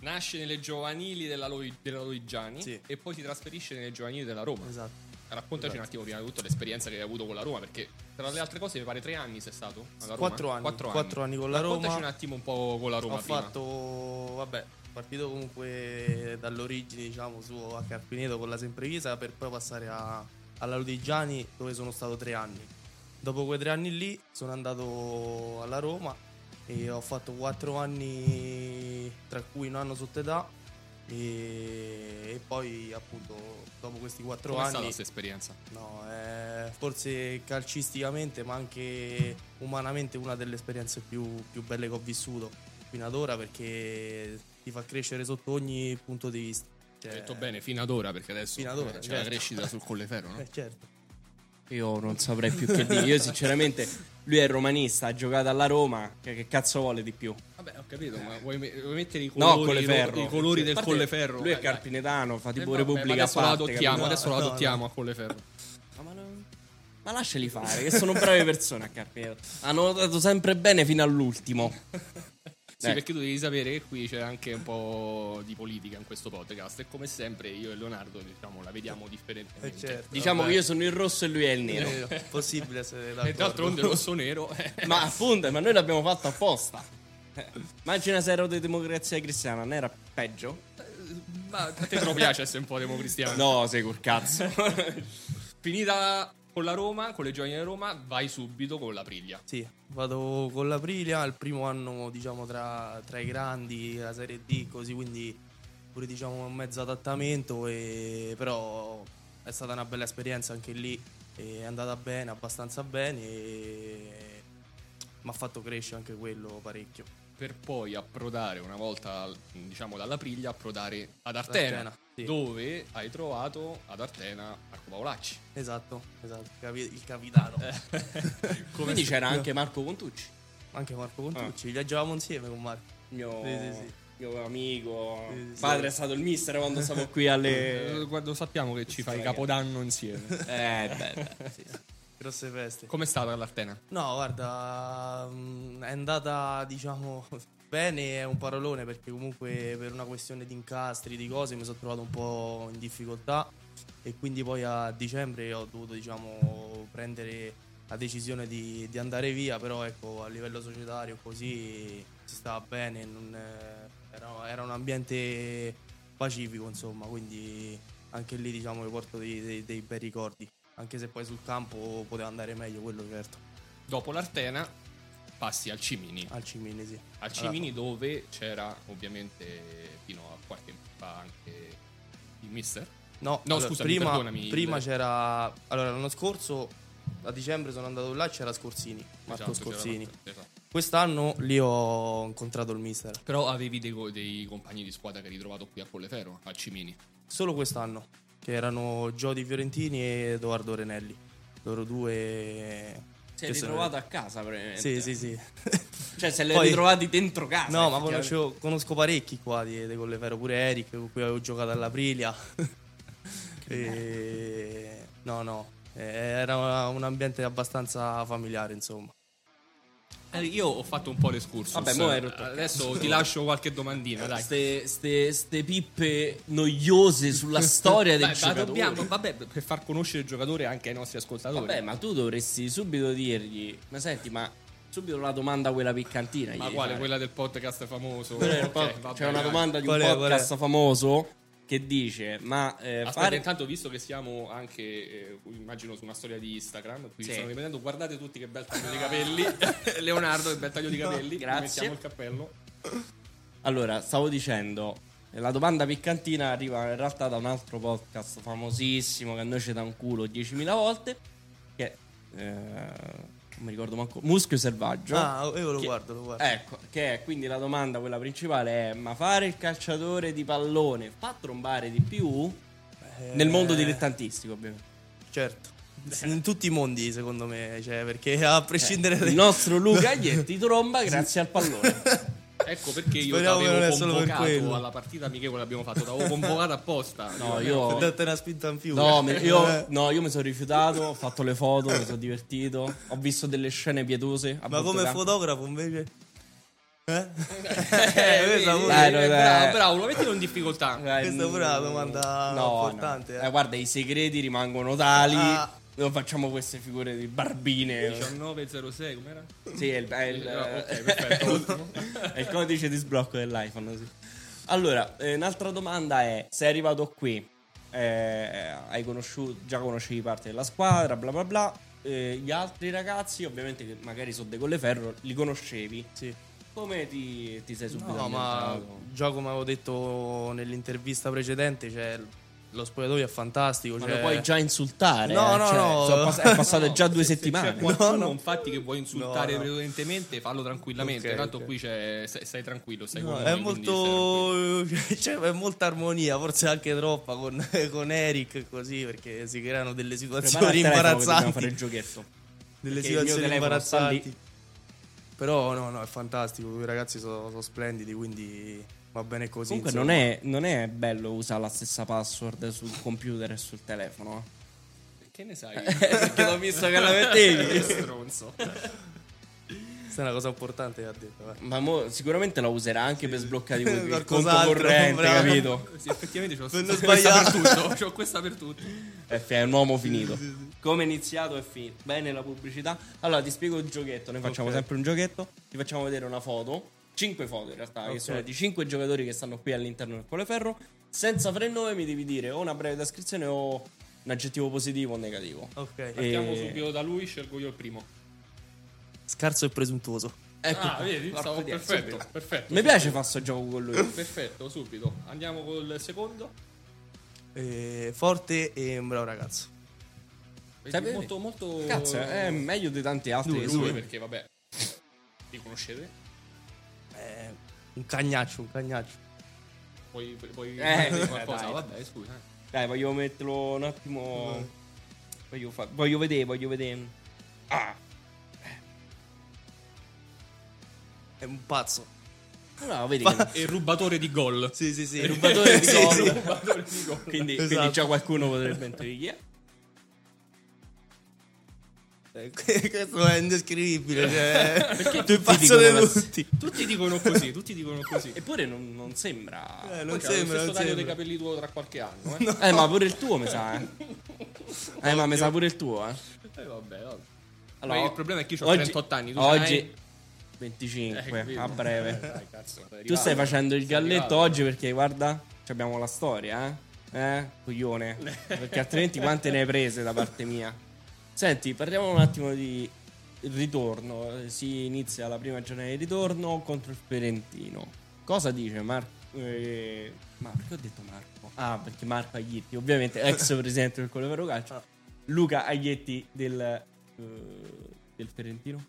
B: Nasce nelle giovanili della, Loi- della Loigiani
E: Sì.
B: e poi si trasferisce nelle giovanili della Roma.
E: Esatto.
B: Raccontaci un attimo prima di tutto l'esperienza che hai avuto con la Roma, perché tra le altre cose mi pare tre anni sei stato alla Roma.
E: Quattro anni, quattro anni con la
B: Raccontaci
E: Roma.
B: un attimo un po' con la Roma
E: Ho
B: prima.
E: fatto, vabbè, partito comunque dall'origine, diciamo, su a Carpineto con la Semprevisa per poi passare a, alla Ludigiani dove sono stato tre anni. Dopo quei tre anni lì sono andato alla Roma e ho fatto quattro anni, tra cui un anno sotto età. E, e poi, appunto, dopo questi quattro
B: Com'è stata
E: anni,
B: questa esperienza?
E: no, è forse calcisticamente, ma anche umanamente, una delle esperienze più, più belle che ho vissuto fino ad ora perché ti fa crescere sotto ogni punto di vista. Cioè,
B: Ho detto bene, fino ad ora, perché adesso
E: Fino ad ora,
B: eh, c'è la
E: certo.
B: crescita sul Collefero, no?
E: eh, certo.
A: Io non saprei più che dire. Io, sinceramente, lui è romanista, ha giocato alla Roma. Che, che cazzo vuole di più?
B: Vabbè, ho capito, ma vuoi, me- vuoi mettere i
A: No,
B: colori,
A: Colleferro.
B: i colori del
A: A parte,
B: Colleferro?
A: Lui è
B: Vai, vai.
A: carpinetano, fa tipo
B: Eh, vabbè, ma
A: Repubblica
B: adesso
A: a
B: lo
A: parte,
B: adottiamo,
A: capito?
B: adesso lo
E: No, no,
B: adottiamo a Colleferro.
A: Ah, ma, no- ma lasciali fare, che sono brave persone a carpinetano. Hanno notato sempre bene fino all'ultimo. Ecco.
B: Sì,
A: Dai.
B: perché tu devi sapere che qui c'è anche un po' di politica in questo podcast e come sempre io e Leonardo diciamo, la vediamo differentemente.
E: Eh, certo.
A: Diciamo
B: Vabbè.
A: che io sono il rosso e lui è il nero.
E: Eh, possibile se
B: E d'altronde rosso-nero eh.
A: Ma appunto, ma noi l'abbiamo fatto apposta. Eh, Immagina se ero di democrazia cristiana, non era peggio?
B: Ma a te non piace essere un po' democristiano.
A: No, sei col cazzo.
B: Finita con la Roma, con le giovani della Roma, vai subito con la Priglia.
E: Sì, vado con la Priglia, il primo anno diciamo tra, tra i grandi, la Serie D, così quindi pure diciamo un mezzo adattamento, e- però è stata una bella esperienza anche lì, è andata bene, abbastanza bene e mi ha fatto crescere anche quello parecchio.
B: Per poi approdare una volta, diciamo, dalla Priglia, approdare ad Artena,
E: Artena, sì.
B: dove hai trovato ad Artena Marco Paolacci.
E: Esatto, esatto, il capi- il capitano.
A: Quindi c'era anche Marco Contucci,
E: Anche Marco Contucci, viaggiavamo insieme con Marco.
A: mio,
E: Sì, sì, sì.
A: mio amico.
E: Sì, sì, sì.
A: Padre è stato il mister quando stavo qui alle...
B: Eh, Quando sappiamo che ci fai
A: Ragazzi.
B: capodanno insieme.
A: Eh, beh, beh.
E: Sì, grosse feste.
B: Com'è stata l'Artena?
E: No, guarda, mm, è andata, diciamo, bene, è un parolone perché comunque per una questione di incastri, di cose, mi sono trovato un po' in difficoltà e quindi poi a dicembre ho dovuto, diciamo, prendere la decisione di, di andare via, però ecco, a livello societario così si stava bene, non, eh, era, era un ambiente pacifico, insomma, quindi anche lì diciamo che porto dei, dei- dei bei ricordi, anche se poi sul campo poteva andare meglio, quello certo.
B: Dopo l'Artena passi al Cimini.
E: Al Cimini, sì.
B: Al Cimini dove c'era ovviamente fino a qualche anno fa anche il mister.
E: No,
B: No,
E: allora,
B: scusami,
E: prima,
B: perdonami, il-
E: prima c'era... Allora, l'anno scorso, a dicembre sono andato là, c'era Scorsini,
B: Esatto,
E: Marco
B: c'era
E: Scorsini.
B: Marco, esatto.
E: Quest'anno lì ho incontrato il mister.
B: Però avevi dei, co- dei compagni di squadra che hai ritrovato qui a Colleferro, al Cimini.
E: Solo quest'anno, che erano Giodi Fiorentini e Edoardo Renelli. Loro due...
A: Si è
E: che sono-
A: ritrovato a casa, probabilmente.
E: Sì, sì, sì.
A: Cioè, se li
E: Poi-
A: hai ritrovati dentro casa.
E: No, ma
A: Ah, effettivamente.
E: conosco, conosco parecchi qua di, di Collefero, pure Eric con cui avevo giocato all'Aprilia. e... No, no, eh, era una- un ambiente abbastanza familiare, insomma.
B: Eh, Io ho fatto un po' l'escursus.
A: Vabbè, mo hai rotto il
B: Adesso ti lascio qualche domandina, dai.
A: Ste, ste- ste pippe noiose sulla storia del
B: Dai, ma
A: giocatore.
B: dobbiamo, vabbè, per far conoscere il giocatore anche ai nostri ascoltatori.
A: Vabbè, ma tu dovresti subito dirgli: Ma senti, ma subito la domanda quella piccantina.
B: ma
A: gli
B: quale?
A: fai.
B: Quella del podcast famoso?
A: Quella del
B: Ok,
A: pod-
B: vabbè,
A: C'è una
B: dai.
A: domanda di un
E: Qual è, qual è?
A: podcast famoso che dice: Ma eh,
B: Aspetta,
A: fare.
B: intanto visto che siamo anche, eh, immagino, su una storia di Instagram, qui
A: Sì. Ah.
B: stanno riprendendo, guardate tutti che bel taglio di capelli. Leonardo, che bel taglio di capelli.
A: Grazie.
B: Mettiamo il cappello.
A: Allora, stavo dicendo, la domanda piccantina arriva in realtà da un altro podcast famosissimo che a noi ci dà un culo 10.000 volte, che è, eh, non mi ricordo manco, Muschio Selvaggio.
E: Ah, io lo
A: Chi-
E: guardo, lo guardo.
A: Ecco, che è quindi la domanda, quella principale è, ma fare il calciatore di pallone fa trombare di più?
E: Eh.
A: Nel mondo dilettantistico, ovviamente.
E: Certo. In tutti i mondi, secondo me, cioè, perché a prescindere
A: Eh, Il nostro Luca Aglietti tromba grazie al pallone.
B: Ecco perché io
E: Speriamo
B: ti
E: che non è
B: avevo
E: solo per
B: convocato
E: quello.
B: alla partita amichevole abbiamo fatto, l'avevo convocato apposta.
A: No,
E: Per
A: io...
E: darti una spinta in più.
A: No, me-
E: Eh.
A: io, no, io mi sono rifiutato, ho fatto le foto, mi sono divertito, ho visto delle scene pietose. a
E: Ma
A: volte
E: come
A: da-
E: fotografo invece... Eh?
B: Eh, vedi,
E: questa pure-
A: Dai,
B: eh,
A: no, dai.
B: bravo, bravo, lo mettilo in difficoltà.
A: Eh,
E: Questa pure è una
A: mm,
E: domanda importante, eh.
A: guarda, i segreti rimangono tali,
E: Ah. Diciamo
A: non facciamo queste figure di barbine.
B: 1906, com'era?
A: sì, è il, è il- eh,
B: No, Ah, ok, perfetto, ottimo.
A: è il codice di sblocco dell'iPhone, sì. Allora, eh, un'altra domanda è, sei arrivato qui, eh, hai conosciuto, già conoscevi parte della squadra, bla bla bla, eh, gli altri ragazzi, ovviamente che magari sono dei Colleferro, li conoscevi.
E: Sì.
A: Come ti, ti sei subito
E: No, ma
A: ambientato?
E: già come avevo detto nell'intervista precedente, cioè, lo spogliatoio è fantastico.
A: Ma
E: cioè-
A: lo puoi già insultare.
E: No,
A: eh,
E: no,
A: cioè,
E: no.
A: sono pass- è passate già due
B: C'è
A: settimane.
B: qualcuno,
E: no.
B: infatti, che vuoi insultare
E: No, no.
B: prevalentemente, fallo tranquillamente.
E: Ok,
B: Tanto
E: ok.
B: qui c'è, sei, sei tranquillo, stai
E: No,
B: con
E: è
B: noi, quindi stai tranquillo.
E: molto. cioè, è molta armonia, forse anche troppa con, con Eric, così perché si creano delle
A: Prepara
E: situazioni
A: il telefono che dobbiamo
E: imbarazzanti.
A: fare il giochetto.
E: delle
A: Perché il mio
E: situazioni
A: telefono sta lì.
E: imbarazzanti. Però no, no, è fantastico. I ragazzi sono splendidi, quindi va bene così.
A: Comunque
E: insomma.
A: non è, non è bello usare la stessa password sul computer e sul telefono. eh.
B: Che ne sai?
A: Perché l'ho visto che la mettevi.
B: stronzo.
E: Questa è una cosa importante che ha detto. eh. vai.
A: Ma mo sicuramente la userà anche per sbloccare i- il conto
E: Qualcos'altro,
A: corrente,
E: bravo.
A: capito?
B: Sì, effettivamente c'ho
E: Non ho
B: questa per
E: sbagliato.
B: tutto. C'ho questa per tutto.
A: Eh, è un uomo finito. Come è iniziato è finito. Bene la pubblicità. Allora ti spiego il giochetto. Noi facciamo
E: Ok.
A: sempre un giochetto. Ti facciamo vedere una foto. 5 foto in realtà, che
E: Ok.
A: sono di 5 giocatori che stanno qui all'interno del Coleferro. Senza nove mi devi dire o una breve descrizione o un aggettivo positivo o negativo.
E: Ok.
A: E-
B: Partiamo subito da lui, scelgo io il primo.
E: Scarso e presuntuoso.
A: Ecco,
B: ah, vedi,
A: porca
B: stavo
A: di-
B: perfetto,
A: subito.
B: perfetto.
A: Mi piace fare sto gioco con lui.
B: Perfetto, subito. Andiamo col secondo.
E: eh, forte e un bravo ragazzo.
B: Vedi,
A: Sai, vedi?
B: molto, molto.
A: Cazzo,
B: eh,
A: è meglio di tanti altri.
B: Due,
A: che
B: due,
A: sono.
B: perché vabbè. Li conoscete?
E: Eh, un cagnaccio, un cagnaccio.
B: Poi, poi
A: Eh,
B: dire
A: eh,
B: qualcosa.
A: dai.
B: vabbè, scusa. eh.
A: Dai, voglio metterlo un attimo. Voglio, fa- voglio vedere, voglio vedere. Ah,
E: È un pazzo.
A: Ah, no, vedi. Che...
B: E rubatore di gol.
E: Sì, sì, sì.
A: rubatore di gol.
B: rubatore di gol.
A: Quindi,
E: Esatto.
A: quindi già qualcuno potrebbe intuire.
E: Eh, Questo è indescrivibile. Cioè,
A: Perché
E: più
A: tutti
E: pazzo di
A: dicono la-
E: tutti.
B: Tutti dicono così, tutti dicono così. E
A: Eppure non, non sembra.
E: Eh,
A: Eh,
E: non
B: poi c'è lo
E: sembra,
B: stesso
E: non
B: taglio dei
E: sembra.
B: capelli tuo tra qualche anno, eh.
A: ma pure il tuo, mi sa, eh. Eh, ma mi sa pure il tuo, eh.
B: Eh, vabbè, vabbè.
A: Allora,
B: Ma il problema è che io ho
A: oggi-
B: 38 anni, tu
A: oggi.
B: c'hai- Eh,
A: 25
B: capito.
A: a
B: Eh,
A: breve.
B: dai, cazzo, sei
A: Tu
B: arrivato.
A: stai facendo il
B: Sei
A: galletto
B: arrivato.
A: oggi perché guarda, ci abbiamo la storia, eh? Eh, coglione. Perché altrimenti quante ne hai prese da parte mia? Senti, parliamo un attimo di ritorno. Si inizia la prima giornata di ritorno contro il Fiorentino. Cosa dice Marco? Eh, ma perché ho detto Marco? Ah, perché Marco Aglietti, ovviamente ex presidente del Colevero Calcio. Luca Aglietti del, eh, del Fiorentino.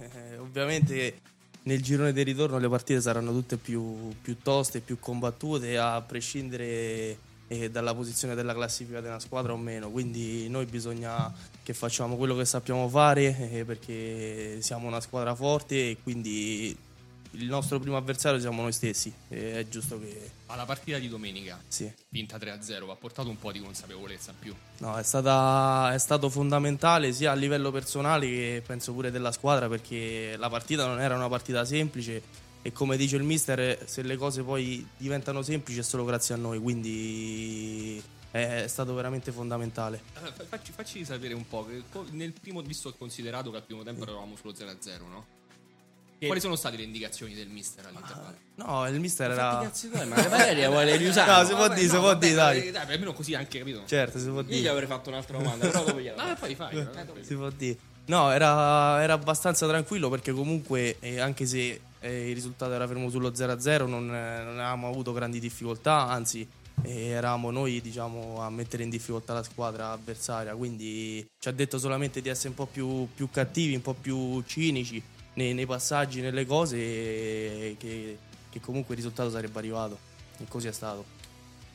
E: Eh, ovviamente nel girone di ritorno le partite saranno tutte più, più toste, più combattute, a prescindere eh, dalla posizione della classifica della squadra o meno. Quindi noi bisogna che facciamo quello che sappiamo fare eh, perché siamo una squadra forte e quindi il nostro primo avversario siamo noi stessi. E è giusto che...
B: Alla partita di domenica,
E: Sì.
B: vinta 3-0, ha portato un po' di consapevolezza in più.
E: No, è, stata- è stato fondamentale sia a livello personale che penso pure della squadra perché la partita non era una partita semplice e come dice il mister se le cose poi diventano semplici è solo grazie a noi quindi è stato veramente fondamentale.
B: Allora, Ah, fa- facci, facci sapere un po', che co- nel primo, visto e considerato che al primo tempo eravamo sullo 0-0, no? Quali sono state le indicazioni del mister all'intervallo?
E: No, il mister
B: Ah,
A: Fatti
E: era...
A: cazzi tuoi, ma magari la vuole riusare.
E: No, si può dire, si può dire, dai.
B: Dai, almeno così anche, capito?
E: Certo, si può
A: Io gli
E: dire.
A: avrei fatto un'altra domanda, però dopo gliela
B: Ah, poi fai. eh, poi-
E: Si può dire. No, era, era abbastanza tranquillo perché comunque, eh, anche se eh, il risultato era fermo sullo 0-0, non, eh, non avevamo avuto grandi difficoltà, anzi eh, eravamo noi diciamo, a mettere in difficoltà la squadra avversaria, quindi ci ha detto solamente di essere un po' più, più cattivi, un po' più cinici nei, nei passaggi, nelle cose, eh, che, che comunque il risultato sarebbe arrivato. E così è stato.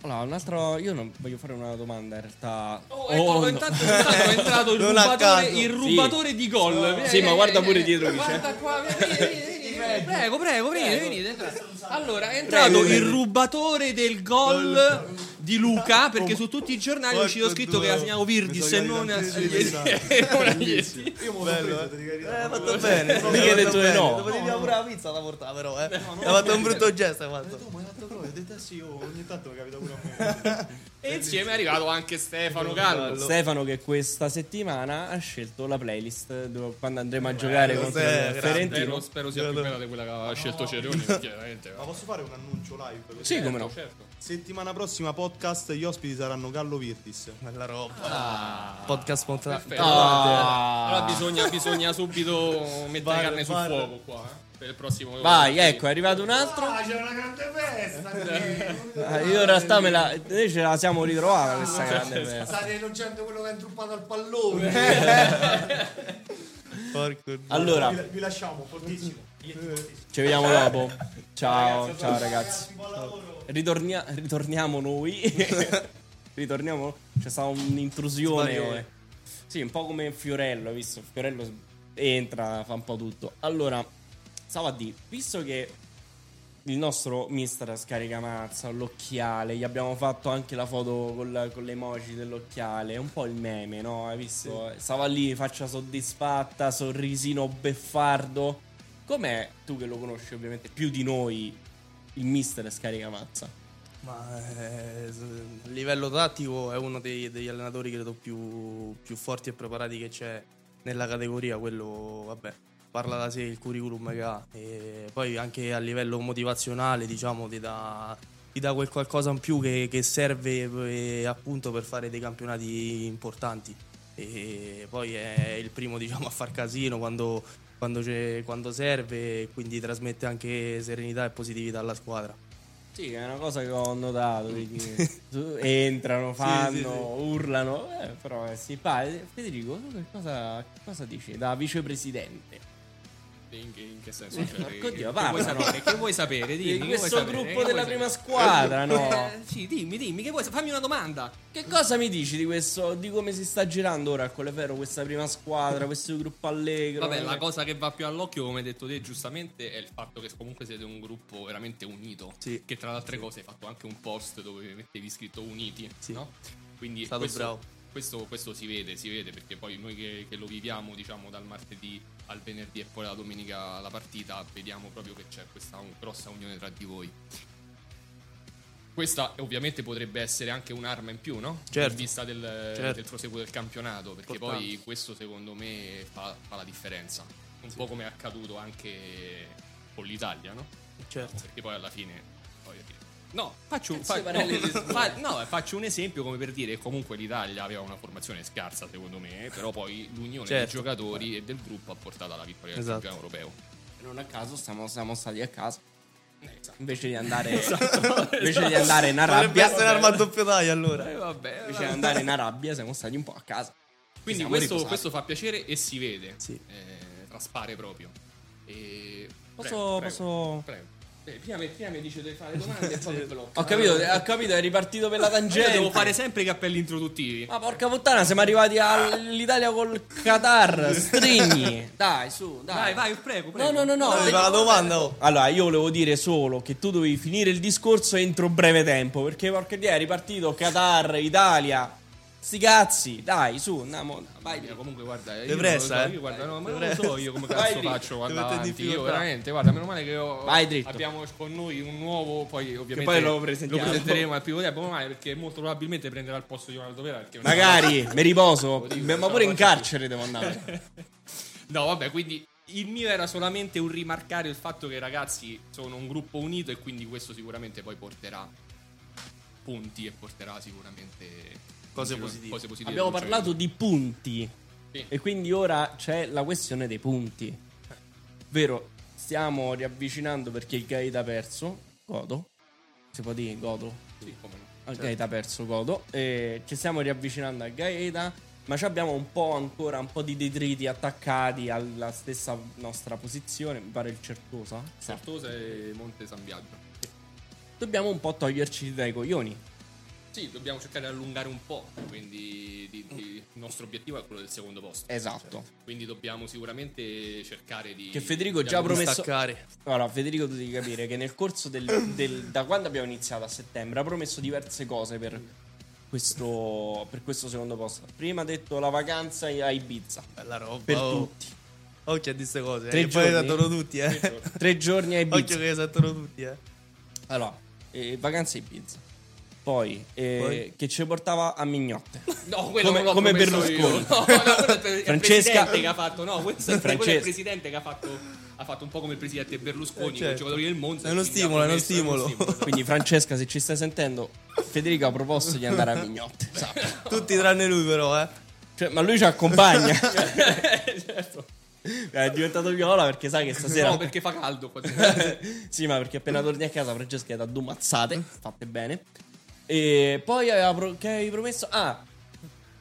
A: Allora, un altro. Io non voglio fare una domanda in realtà.
B: Oh, ecco,
A: no.
B: intanto, intanto è entrato il
E: Non a
B: rubatore,
E: caso.
B: il rubatore di gol.
A: Sì, ma guarda pure dietro chi c'è.
B: Guarda qua, vieni, vieni, vieni, vieni. Prego, prego, venite, venite. entrate. Allora, è entrato
E: Prego,
B: il
E: venite.
B: rubatore del gol di
E: Ah,
B: Luca,
E: oh,
B: perché su tutti i giornali è uscito scritto che la segnavo Virgis e non Aglietti.
E: Eh, hai fatto bene.
A: Mica hai detto di no.
E: Dovevi pure la pizza da portare, però. Eh. hai fatto un brutto gesto. Hai fatto.
B: E insieme è arrivato anche Stefano Gallo.
A: Stefano che questa settimana ha scelto la playlist dove- quando andremo a giocare contro
E: sei,
A: il
E: grande.
A: Ferentino.
B: Spero, spero sia più bella di quella che aveva scelto Ceroni, chiaramente.
F: Ma posso fare un annuncio live?
A: Sì, come no.
B: oh, Certo.
F: Settimana prossima podcast, gli ospiti saranno Gallo Virtis.
E: Bella roba.
G: Ah,
E: Podcast contra-
B: Perfetto.
A: certo.
B: Ah. Allora bisogna, bisogna subito mettere carne sul fuoco qua. eh, Per il prossimo
A: Vai, ecco, è arrivato un altro.
G: Ah, c'è una grande festa qui.
A: Ah, io in realtà me la, noi ce la siamo ritrovata questa grande festa.
G: State elogiando quello che ha intruppato al pallone.
E: Porco dio.
A: Allora,
G: Vi, vi lasciamo, fortissimo.
A: ci vediamo dopo. Ciao, ciao ragazzi.
G: Buon lavoro.
A: Ritornia- ritorniamo noi. ritorniamo. C'è stata un'intrusione.
E: Sbaglione.
A: Sì, un po' come Fiorello, hai visto? Fiorello entra, fa un po' tutto. Allora, stavo a dire, visto che il nostro mister scaricamazza, l'occhiale, gli abbiamo fatto anche la foto col- con le emoji dell'occhiale, è un po' il meme, no? Hai visto? Stava lì, faccia soddisfatta, sorrisino beffardo. Com'è, tu che lo conosci ovviamente più di noi, il mister scaricamazza?
E: Ma eh, s- a livello tattico è uno dei- degli allenatori credo più, più forti e preparati che c'è nella categoria, quello vabbè, parla da sé il curriculum che ha e poi anche a livello motivazionale diciamo ti dà, ti dà quel qualcosa in più che, che serve eh, appunto per fare dei campionati importanti e poi è il primo diciamo a far casino quando, quando c'è- quando serve quindi trasmette anche serenità e positività alla squadra.
A: Sì, è una cosa che ho notato. quindi tu- entrano, fanno,
E: sì, sì.
A: urlano. eh, però è simpatico. Federico, tu che cosa, che cosa dici da vicepresidente?
B: In che, in che senso? Cioè,
A: porco
B: che-
A: Dio,
B: che vuoi
A: parla, no?
B: sapere? Che vuoi sapere? Dimmi,
A: Di
B: che
A: questo
B: vuoi sapere?
A: gruppo
B: Che
A: della
B: vuoi
A: prima
B: sapere?
A: squadra, no?
B: Eh, sì, dimmi, dimmi, che vuoi sa- Fammi una domanda.
A: Che cosa mi dici di questo? Di come si sta girando ora a Colefero questa prima squadra, questo gruppo allegro?
B: Vabbè,
A: non
B: la
A: è-
B: cosa che va più all'occhio, come hai detto te giustamente, è il fatto che comunque siete un gruppo veramente unito.
E: Sì.
B: Che tra le altre cose hai fatto anche un post dove mettevi scritto uniti,
E: Sì.
B: no? Quindi
E: Stato
B: questo,
E: bravo.
B: questo, questo si vede, si vede perché poi noi che, che lo viviamo, diciamo, dal martedì al venerdì e poi la domenica la partita, vediamo proprio che c'è questa un- grossa unione tra di voi. Questa ovviamente potrebbe essere anche un'arma in più, no?
E: Certo.
B: In vista del,
E: Certo.
B: del proseguo del campionato, perché
E: Importante.
B: poi questo secondo me fa, fa la differenza. Un po' come è accaduto anche con l'Italia, no?
E: Certo.
B: Perché poi alla fine. voglio dire- No, faccio,
A: Cazzo,
B: fa-
A: parallele di
B: no,
A: scuola.
B: fa- no, eh, faccio un esempio come per dire che comunque l'Italia aveva una formazione scarsa secondo me, eh, però poi l'unione
E: Certo.
B: dei giocatori e del gruppo ha portato alla vittoria del
E: Esatto.
B: campionato europeo.
A: Non a caso siamo, siamo stati a casa.
B: Eh, esatto.
A: Invece di andare, invece di andare in Arabia,
E: Dovrebbe Esatto. essere arma a doppio taglio allora.
B: Eh, vabbè,
A: invece di andare in Arabia, siamo stati un po' a casa.
B: Quindi
A: eh, Siamo
B: questo,
A: riposati.
B: questo fa piacere e si vede,
E: Sì.
B: Eh, traspare proprio. E...
A: Posso-
B: prego, prego,
A: posso-
B: prego. Eh, prima, mi- prima mi dice di fare domande e poi mi blocca.
A: Ho capito, ho capito, è ripartito per la
B: Io
A: tangente.
B: devo fare sempre i cappelli introduttivi.
A: Ma porca puttana, siamo arrivati all'Italia col Qatar. Strigni. Dai, su, dai.
B: Vai, vai, prego,
A: No,
B: prego.
A: no, no, no.
E: No, mi fa la domanda. oh.
A: Allora, io volevo dire solo che tu dovevi finire il discorso entro breve tempo. Perché porca dia è ripartito Qatar, Italia. Sti cazzi, dai, su, andiamo.
B: Vai,
A: Vai.
B: Mira, comunque guarda, io
E: Depressa,
B: non lo so,
E: eh?
B: io guarda, no, ma non lo
E: Depressa.
B: so io come
A: Vai
B: cazzo
A: dritto.
B: faccio
E: Ti
B: quando
E: mette in
B: avanti, io
E: difficoltà.
B: veramente, guarda, meno male che ho-
A: Vai dritto.
B: abbiamo con noi un nuovo, poi ovviamente
A: poi lo presentiamo.
B: presenteremo al primo tempo, ma male perché molto probabilmente prenderà il posto di Ronaldo Vera perché non-
A: Magari, mi riposo.
B: Oddio,
A: Ma
B: non
A: pure
B: ce la
A: in carcere devo andare.
B: No, vabbè, quindi il mio era solamente un rimarcare il fatto che i ragazzi sono un gruppo unito e quindi questo sicuramente poi porterà punti e porterà sicuramente
E: Cose
B: sicur-
E: positive.
B: cose positive
A: Abbiamo
B: per il
A: parlato di punti.
B: Sì.
A: E quindi ora c'è la questione dei punti. Vero, stiamo riavvicinando perché il Gaeta ha perso. Godo. Si può dire godo?
B: gioco. Sì, come no. Cioè,
A: Al Gaeta ha perso godo. E ci stiamo riavvicinando al Gaeta. Ma ci abbiamo un po' ancora un po' di detriti attaccati alla stessa nostra posizione. Mi pare il Certosa.
B: Sartosa e Monte San Biagio.
A: Dobbiamo un po' toglierci dai coglioni.
B: Sì, dobbiamo cercare di allungare un po', quindi di- di- il nostro obiettivo è quello del secondo posto.
A: Esatto.
B: Quindi dobbiamo sicuramente cercare di...
A: Che Federico
B: di
A: già ha
B: allungare-
A: promesso-
E: Staccare.
A: Allora, Federico, tu devi capire che nel corso del, del- da quando abbiamo iniziato a settembre ha promesso diverse cose per questo, per questo secondo posto. Prima ha detto la vacanza a Ibiza
E: Bella roba.
A: per
E: oh.
A: tutti.
E: Occhio a queste cose. eh,
A: Tre
E: che poi
A: giorni?
E: sentono tutti, eh.
A: Tre giorni a
E: Occhio
A: Ibiza.
E: che sentono tutti, eh.
A: Allora, eh, vacanza a Ibiza. Poi, eh,
E: Poi?
A: che ci portava a Mignotte.
B: No, quello
A: Come-
B: non l'ho
A: come
B: promesso
A: Berlusconi.
B: io. No, no, quello è il pre- è il
A: Francesca-
B: presidente che ha fatto. No, questo è quello è
A: Francesca-
B: il presidente che ha fatto ha fatto un po' come il presidente Berlusconi,
E: Eh,
B: con i
E: certo.
B: giocatori del Monza.
E: È uno
B: e quindi
E: stimolo,
B: ha
E: è uno
B: promesso-
E: stimolo.
A: Quindi, Francesca, se ci stai sentendo, Federico ha proposto di andare a Mignotte. sappi.
E: Tutti tranne lui, però, eh.
A: Cioè, ma lui ci accompagna.
E: Certo.
A: Eh, È diventato viola perché sai che stasera.
B: No, perché fa caldo qua dentro.
A: sì, ma perché appena torni a casa Francesca è da due mazzate, fatte bene. E poi aveva pro- che avevi promesso ah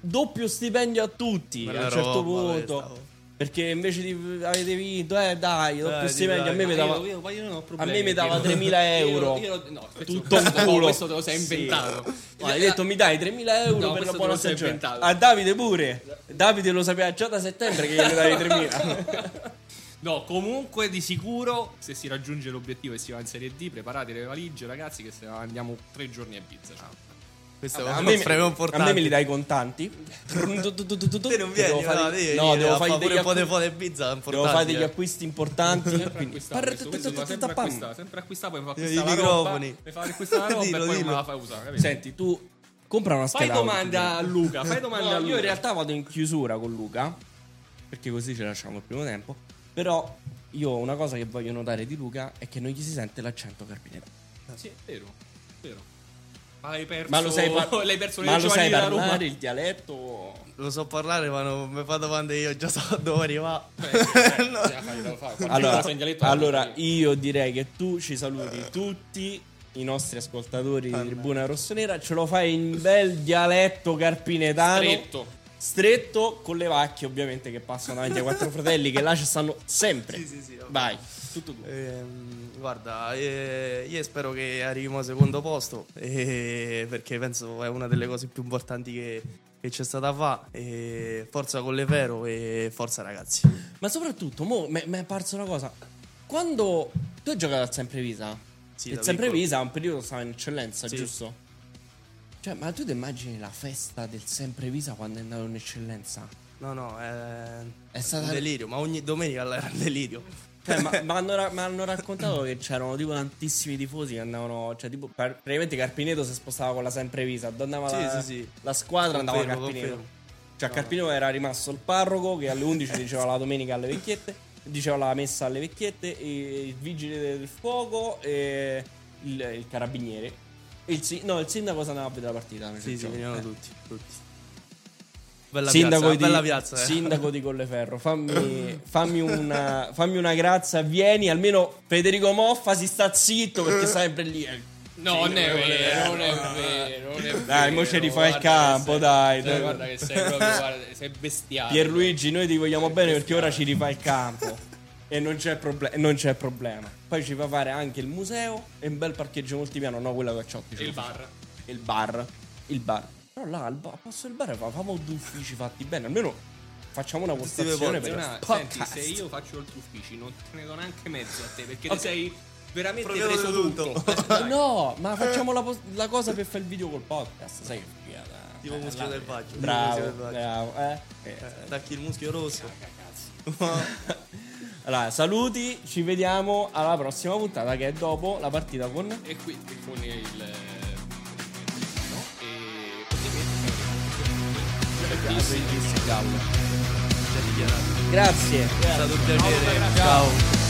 A: doppio stipendio a tutti
E: Bella
A: a un certo
E: roba
A: punto.
B: oh.
E: questa.
A: Perché invece di, avete vinto, eh dai, doppio
E: ti
A: stipendio. a
E: dai.
A: me mi
B: Ma
A: dava.
B: Ah, io- io- ma io non ho problemi,
A: me mi dava
B: io-
A: 3.000
B: io-
A: euro.
B: io- no, aspetta,
A: Tutto un
B: questo-
A: culo.
B: Questo te lo sei
A: Sì.
B: inventato.
A: No, hai detto mi dai 3.000 euro
B: No,
A: per la
B: questo
A: buona
B: te lo sei
A: stagione.
B: inventato.
A: A Davide pure. Davide lo sapeva già da settembre che gli davi 3.000.
B: No, comunque di sicuro se si raggiunge l'obiettivo e si va in Serie D, preparate le valigie, ragazzi, che se no andiamo tre giorni a pizza.
E: Questo
A: A
E: è
A: me,
E: un frame importante.
A: a me me li dai contanti. Te
E: Te non vieni,
A: devo fare,
E: no, devi
A: no,
E: venire
A: devo fare
E: a fare pure
A: degli
E: un po' di
A: acquisti-
E: po' di pizza, è
A: devo fare degli
E: importante. eh.
A: acquisti importanti.
B: Sempre acquistare questo, questo va sempre acquistare, sempre acquistare, poi mi fa
E: I
B: acquistare la roba,
E: microfoni.
B: mi fa acquistare la roba
E: Dillo,
B: e poi non me
E: dillo.
B: la fa usare, capito?
A: Senti, tu compra una
B: fai
A: scheda. audio,
B: domande
A: ti
B: a Luca, fai
A: prego.
B: domande
A: No,
B: a Luca.
A: Io in realtà vado in chiusura con Luca. Perché così ce la lasciamo il primo tempo. Però io una cosa che voglio notare di Luca è che non gli si sente l'accento carpinero.
B: Sì, è vero, è vero. Ma hai perso,
A: Ma lo sai, par-
B: l'hai perso
A: ma
B: nelle
A: lo
B: giovani
A: sai
B: della Roma.
A: parlare il dialetto?
E: Lo so parlare, ma non mi fa domande io, già so dove arriva.
B: Eh,
A: Allora, allora, io direi che tu ci saluti tutti i nostri ascoltatori di Tribuna Rossonera, ce lo fai in bel dialetto carpinetano.
B: Stretto.
A: Stretto, con le vacche ovviamente che passano davanti ai quattro fratelli che là ci stanno sempre.
E: Sì, sì, sì, vabbè.
A: Vai, tutto tu.
E: Ehm, guarda, eh, io spero che arriviamo al secondo posto eh, perché penso è una delle cose più importanti che, che c'è stata a fa. Eh, forza con le vero e forza ragazzi.
A: Ma soprattutto, mo, mi è apparsa una cosa. Quando tu hai giocato a Semprevisa,
E: Sì,
A: e
E: da
A: Semprevisa a un periodo stava in eccellenza,
E: Sì.
A: giusto? Cioè, ma tu ti immagini la festa del Semprevisa quando è andato in eccellenza?
E: No, no, è,
A: È stata
E: un delirio, ma ogni domenica era un delirio.
A: Cioè, ma, ma hanno, ra- ma hanno raccontato che c'erano tipo tantissimi tifosi che andavano. Cioè, tipo, par- praticamente Carpineto si spostava con la semprevisa. Dove andava
E: Sì,
A: la,
E: sì, sì.
A: la squadra andava a
E: Confermo,
A: Carpineto.
E: confermo.
A: Cioè, a Carpineto era rimasto il parroco che alle 11 diceva la domenica alle vecchiette, diceva la messa alle vecchiette, e il vigile del fuoco e il, il carabiniere. E il, si- no, il sindaco si andava a vedere la partita. mi
E: Sì, sì,
A: ricordo.
E: venivano
A: Eh.
E: tutti, tutti. Bella
A: Sindaco,
E: piazza,
A: di,
E: bella piazza. eh.
A: sindaco di Colleferro, fammi, fammi una, fammi una grazia, vieni, almeno Federico Moffa si sta zitto perché sta sempre lì. eh.
B: No, non è vero, non è vero, non è
A: Dai,
B: vero,
A: mo ci rifai il
B: guarda che
A: campo,
B: sei-
A: dai,
B: cioè,
A: dai.
B: Guarda che sei proprio, guarda, sei bestiale.
E: Ah,
A: Pierluigi, noi ti
E: Eh,
A: vogliamo bene perché ora ci rifai il campo e non c'è, proble- non c'è problema. Poi ci fa fare anche il museo e un bel parcheggio multipiano, no quello che c'ho.
B: E il bar.
A: Il bar. Il bar. Però là, al ba- posto del bar, fa- famo due uffici fatti bene, almeno facciamo una postazione per
B: Leonardo,
A: il
B: senti,
A: podcast.
B: se io faccio il tuo ufficio non te ne do neanche mezzo a te perché
A: Ok.
B: ti sei veramente
E: Proviamo
B: preso tutto.
E: tutto.
A: Ma
B: Dai.
A: No, ma facciamo la, pos- la cosa per fare il video col podcast. Sai che figata. Cioè,
E: Tipo muschio del baggio.
A: Bravo,
E: Muschio del baggio.
A: bravo. Eh? Eh.
E: Eh, Attacchi il muschio rosso.
A: Allora, saluti, ci vediamo alla prossima puntata che è dopo la partita con...
B: E qui con il no? e ovviamente bellissimo.
A: Grazie.
E: È stato un piacere. Ciao.